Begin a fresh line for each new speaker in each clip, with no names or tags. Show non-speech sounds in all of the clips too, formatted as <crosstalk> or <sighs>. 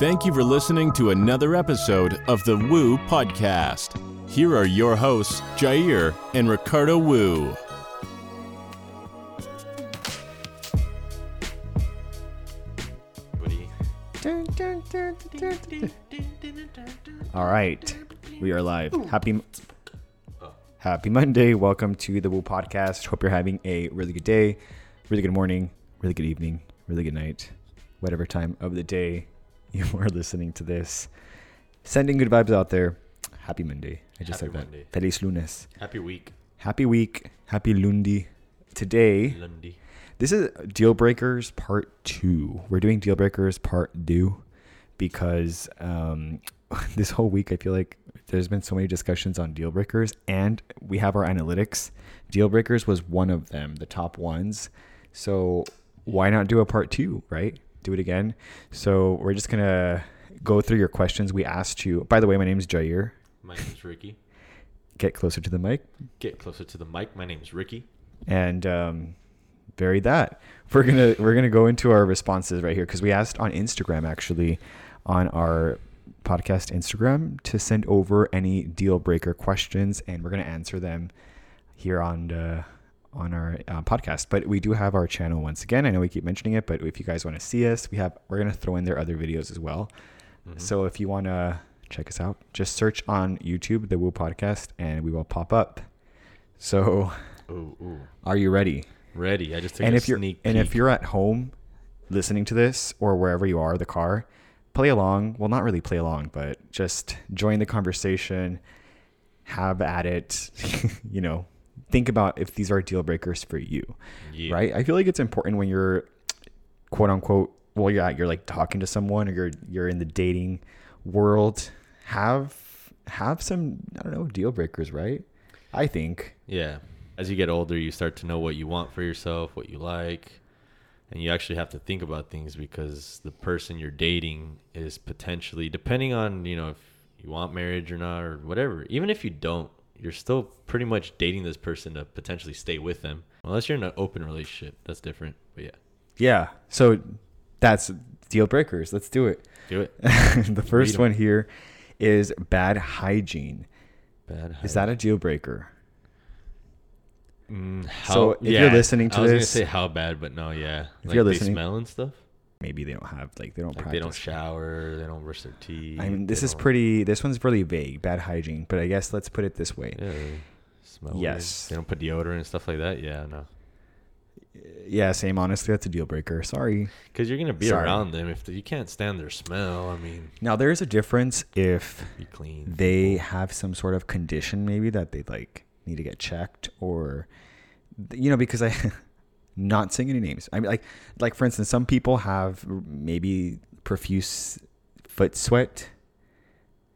Thank you for listening to another episode of the Woo Podcast. Here are your hosts, Jair and Ricardo Wu.
All right, we are live. Happy, happy Monday. Welcome to the Woo Podcast. Hope you're having a really good day, really good morning, really good evening, really good night, whatever time of the day <laughs> you are listening to this. Sending good vibes out there. Happy Monday. I just
Happy
said that.
Monday.
Feliz lunes.
Happy week,
Happy week. Happy lundi. Today,
Lundy.
this is deal breakers part two. We're doing deal breakers part two because um, <laughs> this whole week I feel like there's been so many discussions on deal breakers, and we have our analytics. Deal breakers was one of them, the top ones. So why not do a part two, right? Do it again. So we're just gonna go through your questions we asked you. By the way, my name is Jair.
My name's Ricky.
Get closer to the mic.
Get closer to the mic. My name's Ricky.
and um, vary that. We're gonna we're gonna go into our responses right here because we asked on Instagram actually, on our podcast Instagram to send over any deal breaker questions, and we're gonna answer them here on the on our uh, podcast. But we do have our channel once again. I know we keep mentioning it, but if you guys want to see us, we have we're gonna throw in their other videos as well. So if you want to check us out, just search on YouTube the Woo Podcast, and we will pop up. So,
Ooh, ooh.
are you ready?
Ready. I just took
and
a
if you're
sneak
and if
peek.
you're at home listening to this or wherever you are the car play along well not really play along but just join the conversation have at it <laughs> you know think about if these are deal breakers for you
Yeah.
right i feel like it's important when you're quote unquote well yeah you're like talking to someone or you're you're in the dating world have have some i don't know deal breakers right i think
Yeah. As you get older, you start to know what you want for yourself, what you like, and you actually have to think about things because the person you're dating is potentially, depending on you know if you want marriage or not or whatever. Even if you don't, you're still pretty much dating this person to potentially stay with them, unless you're in an open relationship. That's different. But yeah,
Yeah. So that's deal breakers. Let's do it. <laughs>
do it.
the first
'em.
one here is bad hygiene.
Bad.
Is that a deal breaker?
Mm,
So, if you're listening to
I was
this-
gonna say how bad, but no, yeah.
If
like
you're
they
listening-
smell and stuff.
Maybe they don't have like they don't
Like
practice.
they don't shower, they don't brush their teeth.
I mean, this
they
is
don't-
pretty. This one's really vague. Bad hygiene, but I guess let's put it this way.
Yeah, they smell. weird.
Yes.
they don't put deodorant and stuff like that. Yeah, no,
Yeah, same. Honestly, that's a deal breaker. Sorry.
because you're gonna be
Sorry.
around them if you can't stand their smell. I mean,
Now there is a difference if
be clean.
they have some sort of condition maybe that they like need to get checked or you know because i <laughs> not saying any names i mean like like for instance some people have maybe profuse foot sweat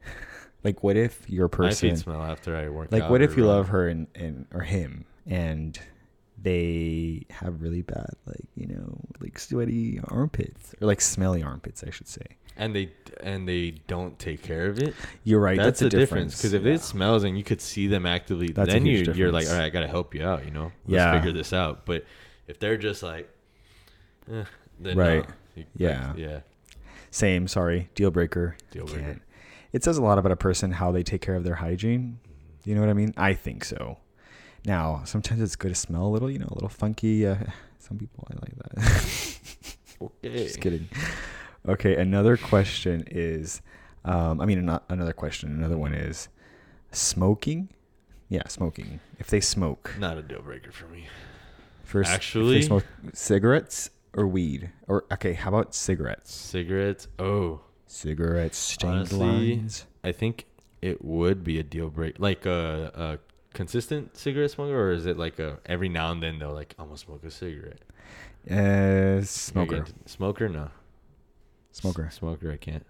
<laughs> like what if your
My
person
feet smell after I work
like
out
what
or
if you
run.
love her and, and or him and they have really bad like you know like sweaty armpits or like smelly armpits i should say
and they and they don't take care of it?
you're right
that's,
that's,
the
a
difference. Because if
Yeah.
it smells and you could see them actively,
That's a
then you
huge
you're like,
difference.
all right, I gotta help you out. You know, let's
Yeah.
figure this out. But if they're just like, eh, then no.
Right.
You- like,
Yeah.
yeah,
Same, sorry, deal breaker.
Deal
Can't.
breaker.
It says a lot about a person how they take care of their hygiene.
Mm-hmm.
You know what I mean? I think so. Now, sometimes it's good to smell a little, you know, a little funky. Uh, <laughs> some people I like that. <laughs>
okay.
Just kidding. Okay, another question is, um, I mean, ano- another question. Another one is smoking. Yeah, smoking. If they smoke,
Not a deal breaker for me.
first, if
Actually-
they smoke cigarettes or weed, or okay, how about cigarettes?
Cigarettes. Oh,
Cigarettes, stained
honestly,
lines.
I think it would be a deal break. Like a, a consistent cigarette smoker, or is it like a every now and then they'll like, I'm gonna smoke a cigarette.
Uh,
You're
smoker.
good. Smoker, no.
Smoker.
S- smoker, I can't.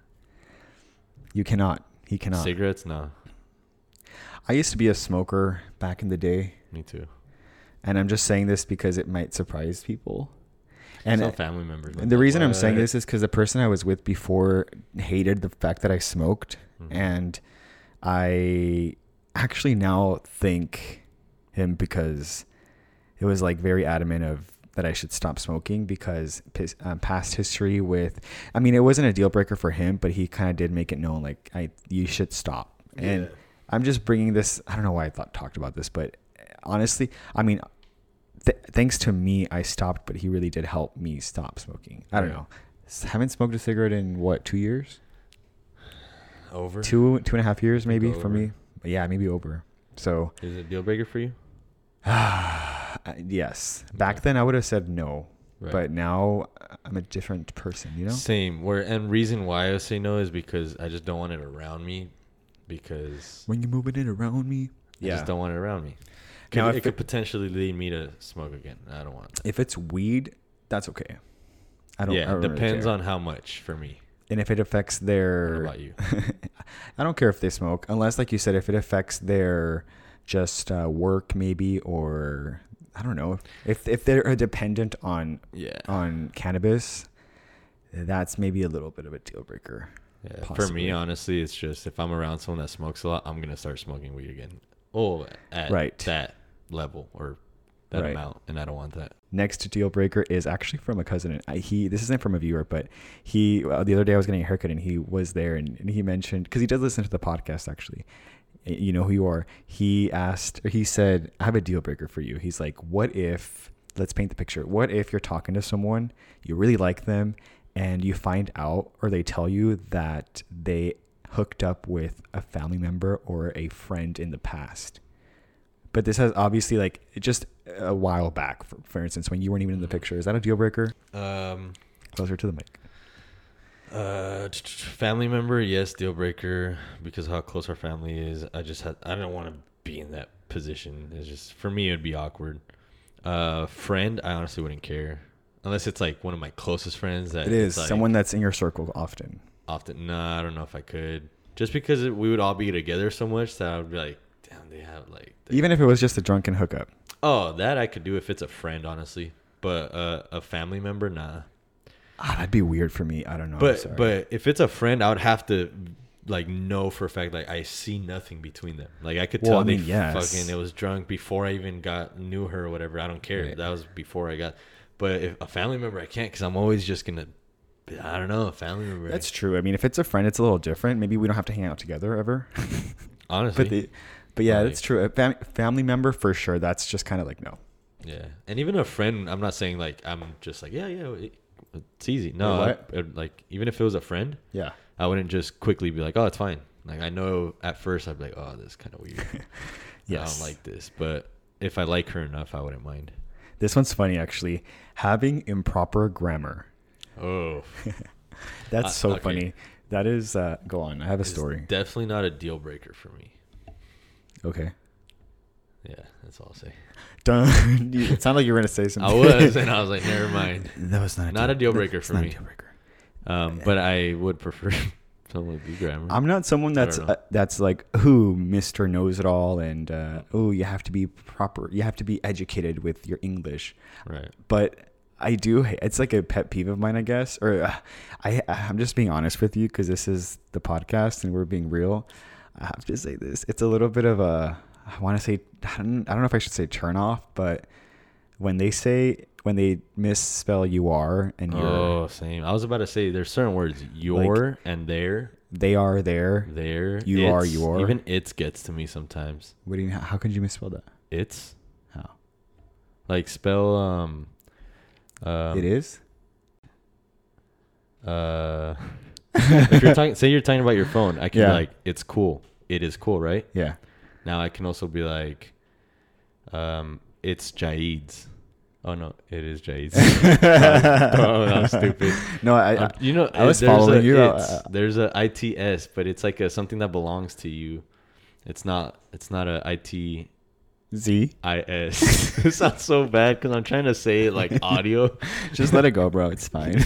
You cannot. He cannot.
Cigarettes, no.
I used to be a smoker back in the day,
Me too.
and I'm just saying this because it might surprise people.
And
And,
family members.
and the reason I'm saying this is because the person I was with before hated the fact that I smoked,
Mhm.
and I actually now thank him because it was like very adamant of that I should stop smoking because pis- um, past history with, I mean, it wasn't a deal breaker for him, but he kind of did make it known like I you should stop. And
Yeah.
I'm just bringing this. I don't know why I thought talked about this, but honestly, I mean, th- thanks to me, I stopped, but he really did help me stop smoking. I don't
Right.
know. S- Haven't smoked a cigarette in what two years?
Over.
Two two and a half years maybe
Go
for
over.
me. Yeah, maybe over. So
Is it a deal breaker for you?
uh, yes, back then I would have said no,
Right.
but now uh, I'm a different person. You know.
Same. Where and reason why I say no is because I just don't want it around me, because
When you're moving it around me.
I just don't want it around me. Could,
Now,
it,
if
could
it-
potentially lead me to smoke again. I don't want that.
If it's weed, that's okay. I don't. I
yeah,
don't
it
really
depends
care.
on how much for me.
and if it affects
What
their <laughs>
about you?
I don't care if they smoke, unless, like you said, if it affects their just uh, work, maybe, or I don't know, if if they're dependent on
Yeah.
on cannabis, that's maybe a little bit of a deal breaker.
Yeah, for
possibly.
me, honestly, it's just if I'm around someone that smokes a lot, I'm gonna start smoking weed again. Oh, at
Right.
that level or that
Right.
amount, and I don't want that.
Next deal breaker is actually from a cousin. And I, he this isn't from a viewer, but he uh, the other day I was getting a haircut and he was there and, and he mentioned because he does listen to the podcast actually. Y- You know who you are. He asked or he said, "I have a deal breaker for you." He's like, "What if?" Let's paint the picture. What if you're talking to someone you really like them and you find out or they tell you that they hooked up with a family member or a friend in the past? But this has obviously like just uh, a while back, for, for instance, when you weren't even in the picture. Is that a deal breaker?
Um,
Closer to the mic.
uh, t- t- family member, yes, deal breaker because how close our family is. I just had, I don't want to be in that position. It's just for me, it'd be awkward. Uh, friend, I honestly wouldn't care unless it's like one of my closest friends. That
It is
it's like,
someone that's in your circle often.
often. No, I don't know if I could. Just because it, we would all be together so much that I would be like, damn, they have like. they-
Even if it was just a drunken hookup.
oh, that I could do if it's a friend, honestly. But uh, a family member, nah.
Ah, that'd be weird for me. I don't know. I'm sorry.
But but if it's a friend, I would have to like know for a fact like I see nothing between them. Like I could
Well,
tell
I
they
mean, yes.
fucking it was drunk before I even got knew her or whatever. I don't care.
Right.
That was before I got. But if a family member, I can't because I'm always just gonna. I don't know a family member.
that's true. I mean, if it's a friend, it's a little different. Maybe we don't have to hang out together ever. <laughs>
honestly.
but the, but yeah,
Like-
that's true. A fam- family member for sure. That's just kind of like no.
Yeah, and even a friend. I'm not saying like I'm just like yeah yeah. It, it's easy. No,
Wait, what?
I- I- like even if it was a friend,
Yeah.
I wouldn't just quickly be like, oh, it's fine. Like I know at first I'd be like, oh, this is kind
<laughs>
of weird. I
Yes.
don't like this, but if I like her enough, I wouldn't mind.
This one's funny actually. Having improper grammar.
Oh,
That's
Uh,
so
okay.
funny. That is uh, go on. I have a <laughs>
it's
story.
Definitely not a deal breaker for me.
okay.
Yeah, that's all
<laughs>
I'll say.
Done. You- it sounded like you were gonna say
I
something. <laughs>
was, and I was like, never mind.
that was not a
Not a deal breaker
that's
for
not a
me.
deal breaker.
Um, but I would prefer <laughs> someone with good grammar.
I'm not someone that's
don't know.
uh, that's like who Mister knows it all and uh, oh you have to be proper. You have to be educated with your English.
right.
but I do. ha- It's like a pet peeve of mine, I guess. Or uh, I, I'm just being honest with you because this is the podcast and we're being real. I have to say this. It's a little bit of a. I want to say. I don't, I don't know if I should say turn off, but when they say when they misspell you are and you're,
Oh, same. I was about to say there's certain words your and there,
they are there.
there.
You are,
it's,
you are.
Even it's gets to me sometimes.
What do you? How could you misspell that?
It's
How
like spell um, um
it is?
Uh, <laughs> if you're talking, say you're talking about your phone, I can be
Yeah.
like, it's cool. It is cool, right?
Yeah.
Now I can also be like, um, it's Jaid's. Oh no, it is
<laughs>
Jaid's. oh, that was stupid.
No, I.
Um,
I
you know,
I was
there's
following
a
you. uh, I-
it's- there's a ITS, but it's like a something that belongs to you. It's not. It's not a IT.
Z.
IS. <laughs> it sounds so bad because I'm trying to say it like audio. <laughs>
Just let it go, bro. It's fine.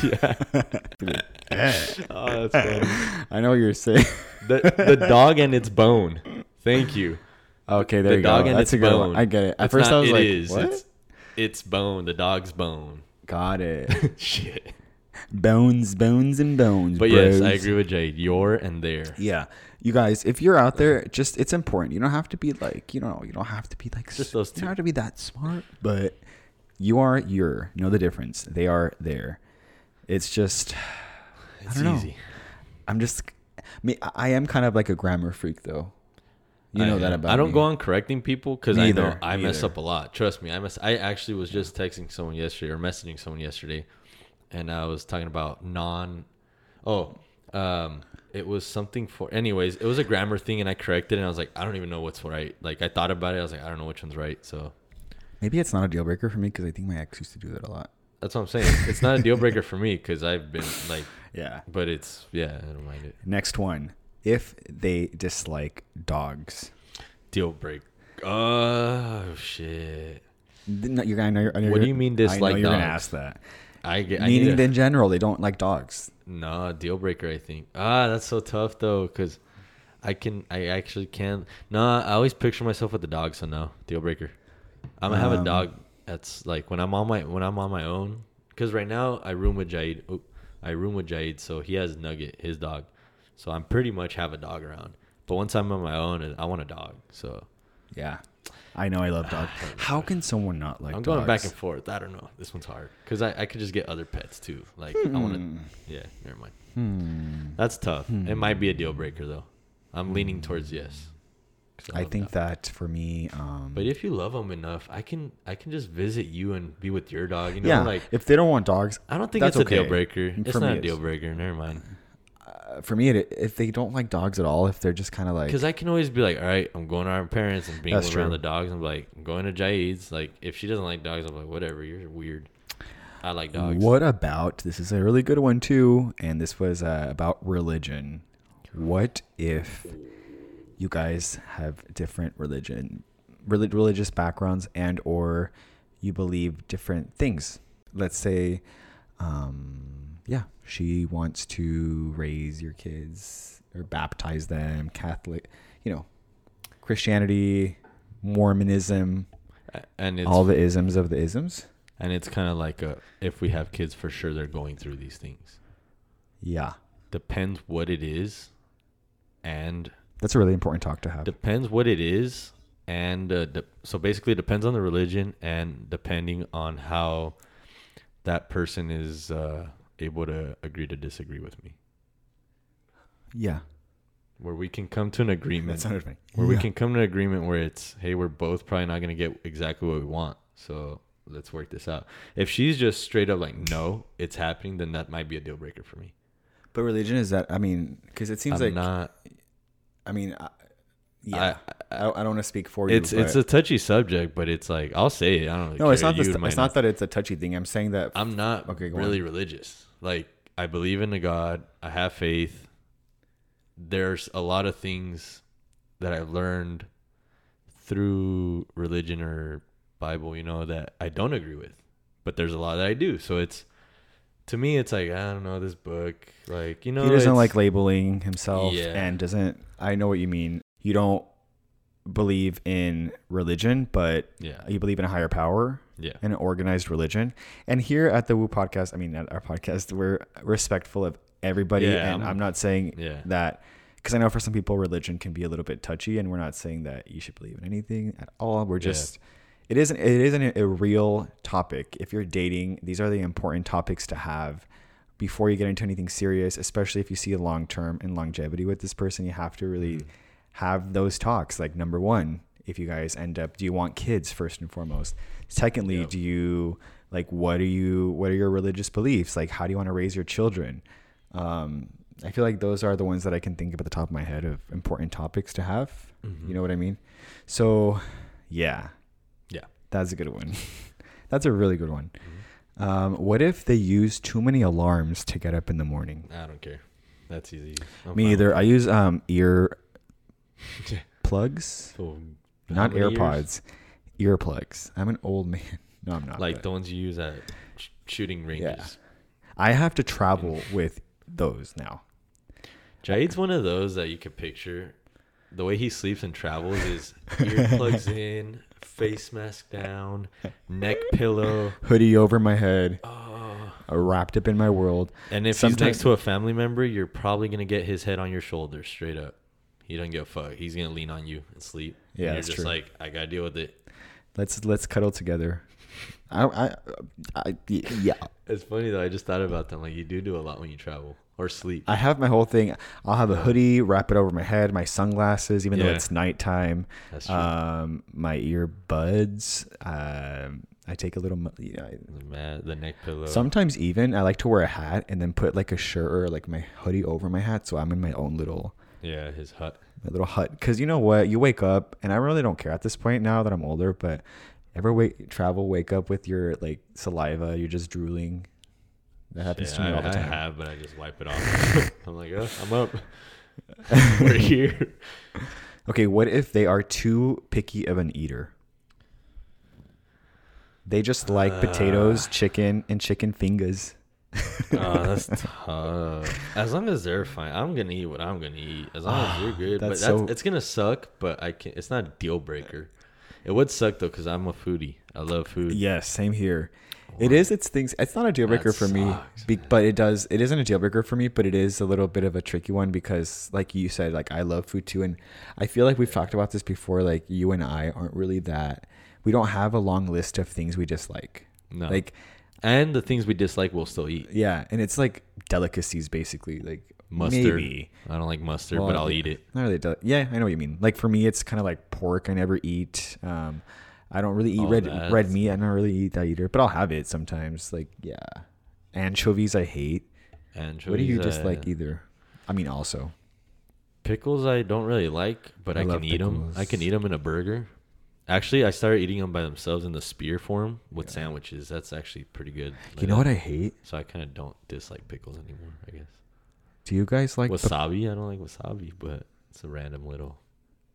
Oh, that's funny.
I know what you're saying.
The, the dog and its bone. Thank you.
Okay, there
the
you
dog
go.
and
That's
its
a good
bone.
one. I get it. At
It's
first,
not
I was
it
like,
is,
"What?"
It's, it's bone. The
<laughs>
dog's bone.
Got it.
<laughs> Shit.
bones, bones, and bones.
But yes, I
bros.
agree with Jade. Your and there.
Yeah, you guys, if you're out there, just it's important. You don't have to be like, you know, you don't have to be like,
Just
s-
those
You
two.
don't have to be that smart, but You are your. Know the difference. They are there. It's just.
It's
don't know.
easy.
I'm just. I mean, I- I am kind of like a grammar freak, though. You know
I,
that about.
I don't
me.
go on correcting people because I know
Neither,
I mess
neither.
up a lot. Trust me, I mess. I actually was just texting someone yesterday or messaging someone yesterday, and I was talking about non. Oh, um, it was something for. Anyways, it was a grammar thing, and I corrected, it, and I was like, I don't even know what's right. Like I thought about it, I was like, I don't know which one's right. So
Maybe it's not a deal breaker for me because I think my ex used to do that a lot.
that's what I'm saying. It's not a deal breaker for me because I've been like,
Yeah.
but it's yeah, I don't mind it.
Next one. If they dislike dogs,
Deal break. Oh shit!
Th- no, you're, I know you're, I know
What do
you're-
you mean
I
dislike
know you're gonna
dogs?
ask that.
I get. I need
Meaning,
a-
in general, they don't like dogs.
No, deal breaker. I think. Ah, that's so tough though, cause I can. I actually can. Nah, I always picture myself with the dog. So no, deal breaker. I'm gonna have a
Um,
dog. That's like when I'm on my when I'm on my own. Cause right now I room with Jaid. Oh, I room with Jaid, so he has Nugget, his dog. So I'm pretty much have a dog around. But once I'm on my own, I want a dog. So
Yeah, I know I love
<sighs>
dogs. How can someone not like?
I'm
dogs?
going back and forth. I don't know. This one's hard because I, I could just get other pets too. Like I want
Hmm.
to. Yeah, never mind. That's tough. It might be a deal breaker though. I'm leaning towards yes. 'Cause
I
love
think
dogs.
that for me, um,
But if you love them enough, I can I can just visit you and be with your dog. You know,
yeah,
like
if they don't want dogs,
I don't think
that's
it's a deal
okay.
breaker. It's
For me,
not a deal breaker. Never mind.
uh, for me, it, if they don't like dogs at all, if they're just kind of like,
Because I can always be like, all right, I'm going to our parents and being
That's
with around
true.
the dogs. I'm like, I'm going to Jaid's. Like, if she doesn't like dogs, I'm like, whatever. You're weird. I like dogs.
what about this? Is a really good one too, and this was uh, about religion. What if you guys have different religion, reli- religious backgrounds, and or you believe different things? Let's say, um, yeah, she wants to raise your kids or baptize them, Catholic, you know, Christianity, Mormonism,
A- And it's
all the isms of the isms.
And it's kind of like a if we have kids for sure they're going through these things.
Yeah,
Depends what it is and
that's a really important talk to have.
depends what it is and uh, de- so basically it depends on the religion and depending on how that person is uh, able to agree to disagree with me.
Yeah.
Where we can come to an agreement
sounded funny.
where we can come to an agreement where it's hey we're both probably not going to get exactly what we want so let's work this out if she's just straight up like no it's happening then that might be a deal breaker for me
But religion is that, I mean, because it seems
i'm
like,
not
I mean, I, yeah. I, I, don't want to speak for
it's
you.
it's a touchy subject but it's like i'll say it i don't
no, it's not,
care.
this,
You
it's
might
not, that it's a touchy thing. I'm saying that,
i'm not
Okay, go
really religious like i believe in a god i have faith there's a lot of things that i've learned through religion or Bible, you know, that I don't agree with, but there's a lot that I do. So it's to me, it's like I don't know this book, like you know,
he doesn't
it's-
like labeling himself
Yeah.
and doesn't, I know what you mean. You don't believe in religion, but
yeah,
you believe in a higher power
yeah,
and an organized religion. And here at the Woo podcast, I mean, at our podcast, we're respectful of everybody.
Yeah,
and
I'm-
I'm not saying
yeah.
that because I know for some people religion can be a little bit touchy, and we're not saying that you should believe in anything at all. We're just it isn't it isn't a real topic. If you're dating, these are the important topics to have before you get into anything serious, especially if you see long term and longevity with this person. You have to really have those talks. Like number one, if you guys end up, do you want kids first and foremost? Secondly, do you like what are you what are your religious beliefs? Like how do you want to raise your children? um, I feel like those are the ones that I can think of at the top of my head of important topics to have.
Mm-hmm.
You know what I mean? So, yeah,
yeah.
that's a good one. <laughs> that's a really good one.
Mm-hmm.
Um, what if they use too many alarms to get up in the morning?
I don't care. That's easy. I'm
Me
fine
either. I use um,
<laughs>
ear
with it.
plugs,
So, how
not
many years?
AirPods, ear plugs. I'm an old <laughs> man. No, I'm not.
like
but
the ones you use at sh- shooting ranges.
I have to travel
Mm.
with those now.
Jade's one of those that you could picture. The way he sleeps and travels is
<laughs>
earplugs in, face mask down, neck pillow.
Hoodie over my head, uh,
Oh.
wrapped up in my world.
And if he's
Sometimes-
next to a family member, you're probably gonna get his head on your shoulder straight up. He doesn't give a fuck. He's gonna lean on you and sleep.
Yeah,
and you're
that's
just
true.
like, I gotta deal with it.
Let's let's cuddle together. I, I, I, yeah.
It's funny though. I just thought about them. Like you do do a lot when you travel or sleep.
I have my whole thing. I'll have a hoodie, wrap it over my head, my sunglasses, even though
Yeah.
it's nighttime.
That's true.
Um, my earbuds. Um, I take a little. mo- Yeah, I-
the mat, the neck pillow.
Sometimes even I like to wear a hat and then put like a shirt or like my hoodie over my hat, so I'm in my own little
yeah, his hut.
my little hut. Because you know what, you wake up, and I really don't care at this point now that I'm older. But ever wake travel, wake up with your like saliva, you're just drooling. That happens
Yeah,
to me
I,
all the
I
time.
have, but I just wipe it off.
<laughs>
I'm like, oh, I'm up. <laughs> We're here.
Okay, what if they are too picky of an eater? They just like
Uh.
potatoes, chicken, and chicken fingers.
oh, that's tough. As long as they're fine, I'm gonna eat what I'm gonna eat. As
<sighs>
long as you're good, but
That's
that's,
so-
it's gonna suck. But I can. not It's not a deal breaker. It would suck though, cause I'm a foodie. I love food.
Yes, same here. It is. It's things. It's not a deal breaker for me,
sucks,
be, but it does. It isn't a deal breaker for me, but it is a little bit of a tricky one because, like you said, like I love food too, and I feel like we've talked about this before. Like you and I aren't really that. We don't have a long list of things we dislike.
No.
Like
And the things we dislike, we'll still eat.
yeah, and it's like delicacies basically. Like
Mustard.
maybe.
I don't like mustard, but
Well,
I'll eat it.
Not really. Del- yeah, I know what you mean. Like for me, it's kind of like pork. I never eat. Um, I don't really eat
Oh,
red
that's-
red meat. I don't really eat that either, but I'll have it sometimes. Like yeah, anchovies I hate.
Anchovies. uh,
What do you just
I-
like either? I mean, also
Pickles, I don't really like, but
I
I,
love
can eat them. I can
pickles.
eat them in a burger. Actually, I started eating them by themselves in the spear form with sandwiches. That's actually pretty good.
you know what I hate?
So I kind of don't dislike pickles anymore. I guess
Do you guys like? the-
wasabi. I don't like wasabi, but it's a random little.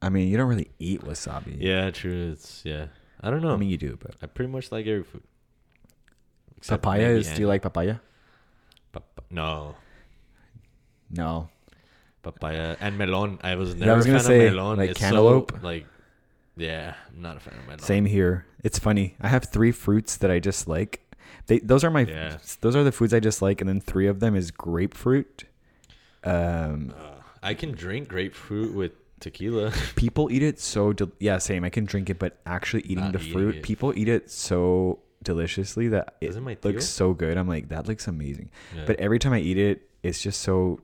I mean, you don't really eat wasabi.
Yeah, true. It's yeah. I don't know.
I
I
mean, you do, but
pretty much like every food. Except
papaya
maybe
is. Do you
an-
like papaya?
pap- no
No.
papaya and melon? I was
Yeah,
never
I was
a fan
gonna say,
of melon.
like
It's so,
cantaloupe.
like yeah, I'm not a fan of melon.
Same here. It's funny. I have three fruits that I just like. They those are my
Yeah.
those are the foods I just like, and then three of them is grapefruit. Um,
I can drink grapefruit with tequila. <laughs>
people eat it so del- yeah, same. I can drink it, but actually eating
Not
the
eating
fruit,
it.
people eat it so deliciously that it
Doesn't my
looks
Theo-
so good. I'm like, that looks amazing.
Yeah.
But every time I eat it, it's just so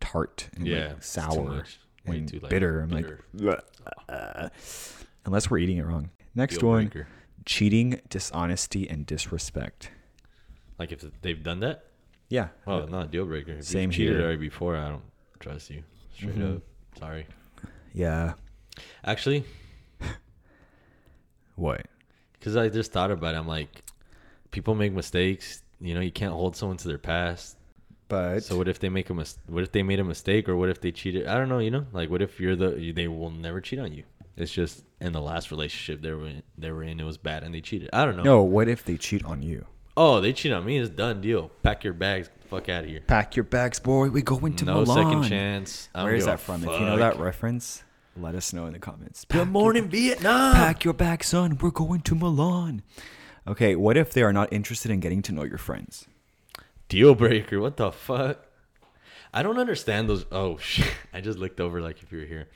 tart and like,
yeah, it's too
sour
much. Way
and
too, like,
bitter. I'm
bitter.
like, "Ugh." unless we're eating it wrong. Next
Deal
one:
breaker.
cheating, dishonesty, and disrespect.
Like if they've done that,
Yeah.
well, not a deal breaker. If
Same
you've cheated
here. Mm-hmm.
already before, I don't trust you. Straight up, sorry.
Yeah.
Actually,
What?
because I just thought about it, I'm like, people make mistakes. You know, you can't hold someone to their past.
But
So what if they make a mis- What if they made a mistake, or what if they cheated? I don't know. You know, like what if you're the you- they will never cheat on you. It's just in the last relationship they were in, they were in, it was bad, and they cheated. I don't know.
no, what if they cheat on you?
Oh, they cheat on me. It's done deal. Pack your bags. get the Fuck out of here.
Pack your bags, boy. We go into
no
Milan.
second chance. I don't
Where is
give a
that from? If you know that
fuck.
reference, let us know in the comments.
Good morning, Vietnam.
Pack your bags, son. We're going to Milan. Okay, what if they are not interested in getting to know your friends?
Deal breaker. What the fuck? I don't understand those. Oh <laughs> shit! I just looked over like if you were here.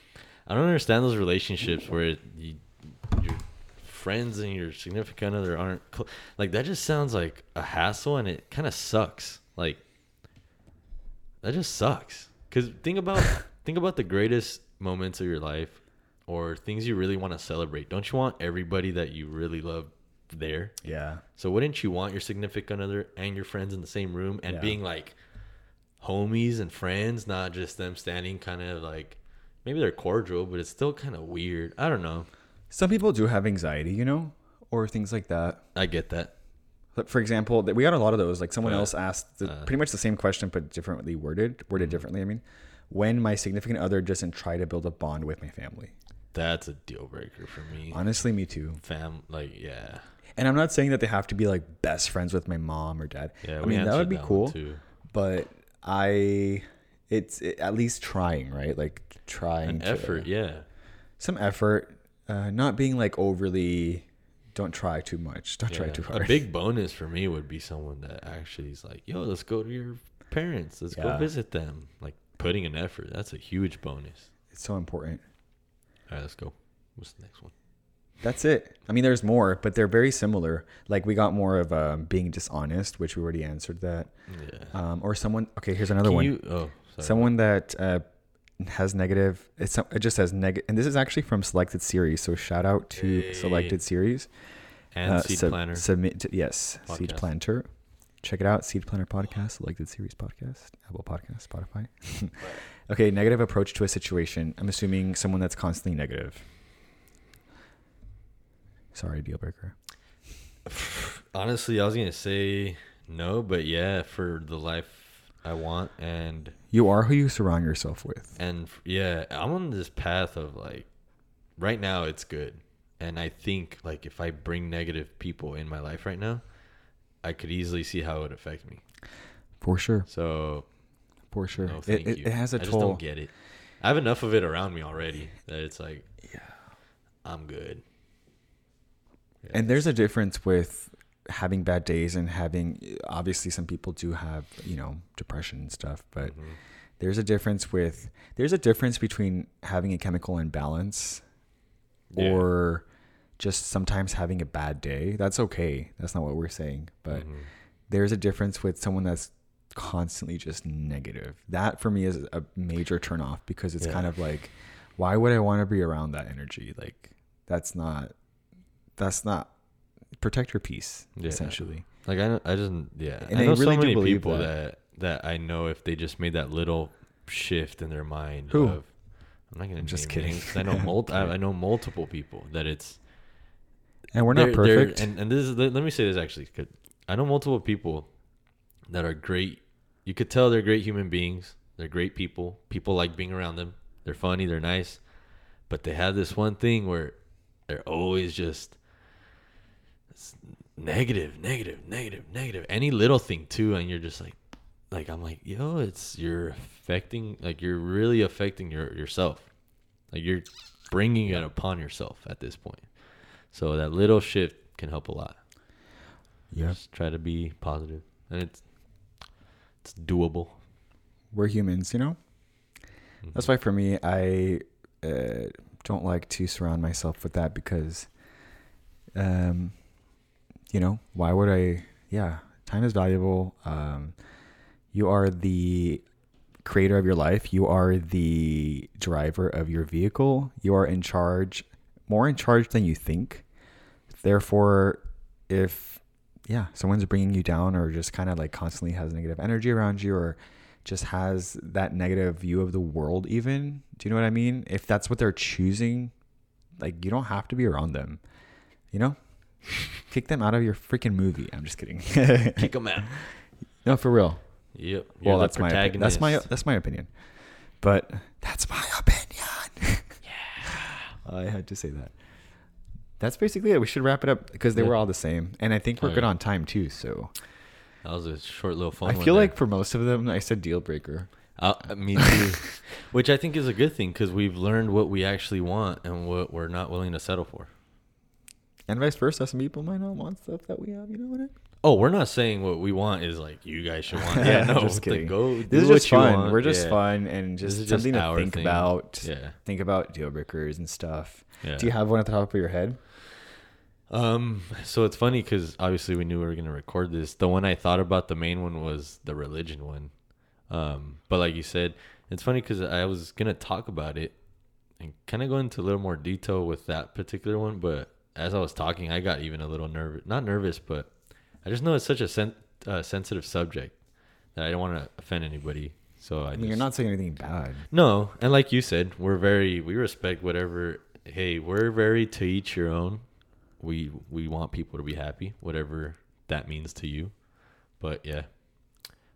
I don't understand those relationships where it, you, your friends and your significant other aren't cl- like that. Just sounds like a hassle, and it kind of sucks. Like that just sucks. Cause think about think about the greatest moments of your life, or things you really want to celebrate. Don't you want everybody that you really love there?
Yeah.
So wouldn't you want your significant other and your friends in the same room and
Yeah.
being like homies and friends, not just them standing kind of like maybe they're cordial, but it's still kind of weird. I don't know.
Some people do have anxiety, you know, or things like that.
I get that.
But For example, that we got a lot of those. Like someone
Uh, Mm-hmm.
else asked the, pretty much the same question, but differently worded, worded differently. I mean, when my significant other doesn't try to build a bond with my family.
That's a deal breaker for me.
Honestly, me too.
Fam, like yeah,
And I'm not saying that they have to be like best friends with my mom or dad.
yeah.
I mean that would
answered
be
one
cool.
too.
But I, it's it- at least trying, right? Like trying to-
Effort, yeah.
some effort, uh, not being like overly. Don't try too much. Don't try
Yeah.
too hard.
A
<laughs>
big bonus for me would be someone that actually is like, yo, let's go to your parents. Let's
Yeah.
go visit them. Like putting an effort. That's a huge bonus.
It's so important.
All right, let's go. What's the next one?
That's it. I mean, there's more, but they're very similar. Like we got more of um, being dishonest, which we already answered that.
Yeah.
Um, or someone. Okay, here's another
Can
one.
you- oh, sorry.
Someone that uh, has negative. It's it just says negative, and this is actually from Selected Series. So shout out to
Hey.
Selected Series
and
Uh,
seed
sub-
planner.
Submit to- yes, seed
Podcast.
planter. Check it out, Seed Planner Podcast, Selected Series Podcast, Apple Podcast, Spotify. <laughs> okay, negative approach to a situation. I'm assuming someone that's constantly negative. Sorry, deal breaker.
Honestly, I was gonna say no, but yeah, for the life I want and
You are who you surround yourself with.
and f- yeah, I'm on this path of like right now it's good. And I think like if I bring negative people in my life right now, I could easily see how it would affect me.
For sure.
So
For sure.
no, thank
it, it,
you.
it has a
I just
toll.
don't get it. I have enough of it around me already that it's like yeah, I'm good.
And there's a difference with having bad days and having obviously some people do have, you know, depression and stuff, but
Mm-hmm.
there's a difference with there's a difference between having a chemical imbalance
Yeah.
or just sometimes having a bad day. That's okay. That's not what we're saying, but
Mm-hmm.
there's a difference with someone that's constantly just negative. That for me is a major turnoff because it's
Yeah.
kind of like why would I want to be around that energy? Like that's not that's not protect your peace
Yeah.
essentially
Like I, don't- I just yeah.
And
I
I
know
really
so
do
many
believe
people that.
that.
that I know if they just made that little shift in their mind.
Who?
Of, I'm not gonna.
I'm just
name
kidding.
names, 'cause
<laughs>
I know mul- I, I know multiple people that it's
and we're not
they're- they're-
perfect
and, and this is let let me say this actually. 'cause I know multiple people that are great. You could tell they're great human beings. They're great people. People like being around them. They're funny. They're nice. But they have this one thing where they're always just it's negative, negative, negative, negative. Any little thing too, and you're just like, like I'm like, yo, it's you're affecting, like you're really affecting your yourself. Like you're bringing it upon yourself at this point. So that little shift can help a lot.
yeah
Just try to be positive, and it's
<laughs>
it's doable.
we're humans you know
Mm-hmm.
that's why for me i uh, don't like to surround myself with that because um you know why would i yeah time is valuable um you are the creator of your life you are the driver of your vehicle you are in charge more in charge than you think therefore if yeah someone's bringing you down or just kind of like constantly has negative energy around you or just has that negative view of the world even do you know what i mean if that's what they're choosing like you don't have to be around them you know kick them out of your freaking movie i'm just kidding <laughs>
Kick them out.
no for real
Yep.
well that's my opinion. that's my that's my opinion but that's my opinion <laughs> yeah i had to say that that's basically it we should wrap it up because they
Yeah.
were all the same and i think we're
Oh,
good
yeah.
on time too so
that was a short little fun.
i
one
feel
there.
like for most of them i said deal breaker
Uh, me too. <laughs> Which I think is a good thing because we've learned what we actually want and what we're not willing to settle for.
and vice versa some people might not want stuff that we have you know what i mean
Oh, we're not saying what we want is like you guys should
<laughs>
want. Yeah, no,
just
<laughs> like,
kidding.
go do
this is
what
just
you
fun.
want.
We're just
Yeah.
fun and just
is just
something to
our
think
thing.
about.
Yeah.
Think about deal breakers and stuff.
Yeah.
Do you have one at the top of your head?
Um, <laughs> so it's funny because obviously we knew we were gonna record this. The one I thought about, the main one was the religion one. Um, but like you said, it's funny because I was gonna talk about it and kind of go into a little more detail with that particular one. But as I was talking, I got even a little nervous. Not nervous, but I just know it's such a sen- uh, sensitive subject that I don't want to offend anybody. So I,
I mean, you're
just-
not saying anything bad.
no, and like you said, we're very we respect whatever. Hey, we're very to each your own. We we want people to be happy, whatever that means to you. But yeah,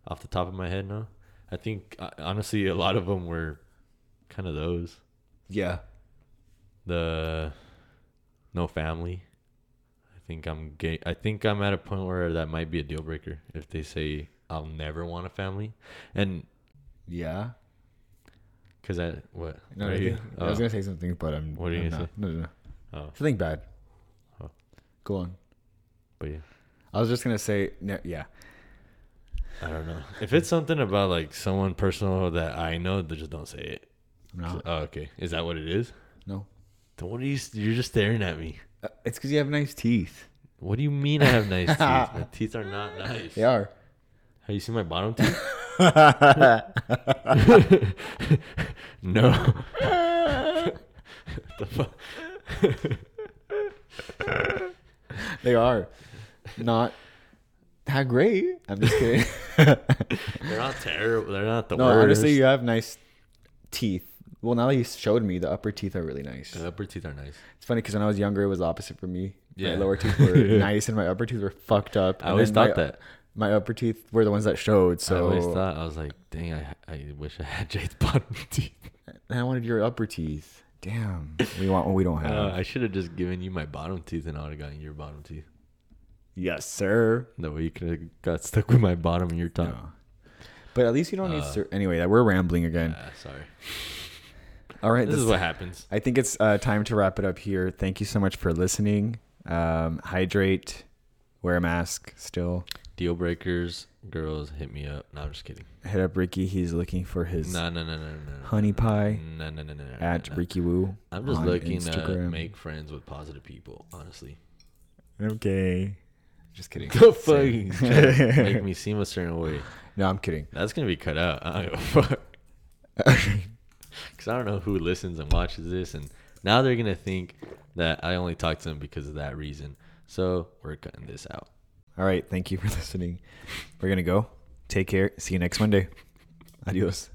off the top of my head, no. I think uh, honestly, a lot of them were kind of those.
Yeah.
The no family. I think I'm gay. I think I'm at a point where that might be a deal breaker if they say I'll never want a family, and
Yeah.
because I what
No,
Right
I,
here?
think- I was
Oh.
gonna say something, but I'm.
What are you
I'm
gonna
not.
say?
No, no, no.
Oh.
Something bad.
Oh.
Go on.
but yeah.
I was just gonna say. No, yeah.
I don't know. <laughs> If it's something about like someone personal that I know, then just don't say it.
No.
Oh, okay. Is that what it is?
No.
Then what are you? You're just staring at me.
Uh, It's because you have nice teeth.
What do you mean I have <laughs> nice teeth? My teeth are not nice.
They are.
Have you seen my <laughs> bottom teeth? no. <laughs> the fu-
They
<laughs>
are. Not that great. I'm just kidding.
<laughs>
<laughs>
They're not terrible. They're not the
no,
worst.
honestly, you have nice teeth. Well, now that you showed me, the upper teeth are really nice.
the upper teeth are nice.
It's funny because when I was younger, it was opposite for me.
Yeah.
My lower teeth
<laughs>
were nice, and my upper teeth were fucked up.
I
And
always
then
thought
my-
that.
my upper teeth were the ones that showed. So
I always thought I was like, dang, I, I wish I had <laughs> Jade's bottom teeth.
And I wanted your upper teeth. Damn. We want what we don't have.
Uh, I should have just given you my bottom teeth and I would have gotten your bottom teeth.
yes, sir.
That way you could have got stuck with my bottom and your top.
But at least you don't
Uh,
need. Sur- anyway, that we're rambling again.
Ah,
<laughs>
sorry.
All right.
This is what happens.
I think it's uh, time to wrap it up here. Thank you so much for listening. Um, hydrate. Wear a mask. Still
Deal breakers, girls, hit me up. No, I'm just kidding.
hit up Ricky. He's looking for his
No, no, no, no, no, no.
honey pie
No, no, no, no. no,
at
no, no.
Ricky Woo.
Mm. I'm just
on
looking to
Instagram.
make friends with positive people, honestly. <laughs>
Okay. Just kidding.
The fuck? He's trying
<laughs>
to make me seem a certain way.
No, I'm kidding.
That's gonna be cut out. I don't give a fuck. Because I don't know who listens and watches this, and now they're gonna think that I only talk to them because of that reason. So we're cutting this out.
All <laughs> right. Thank you for listening. We're going to go. Take care. See you next Monday. Adios.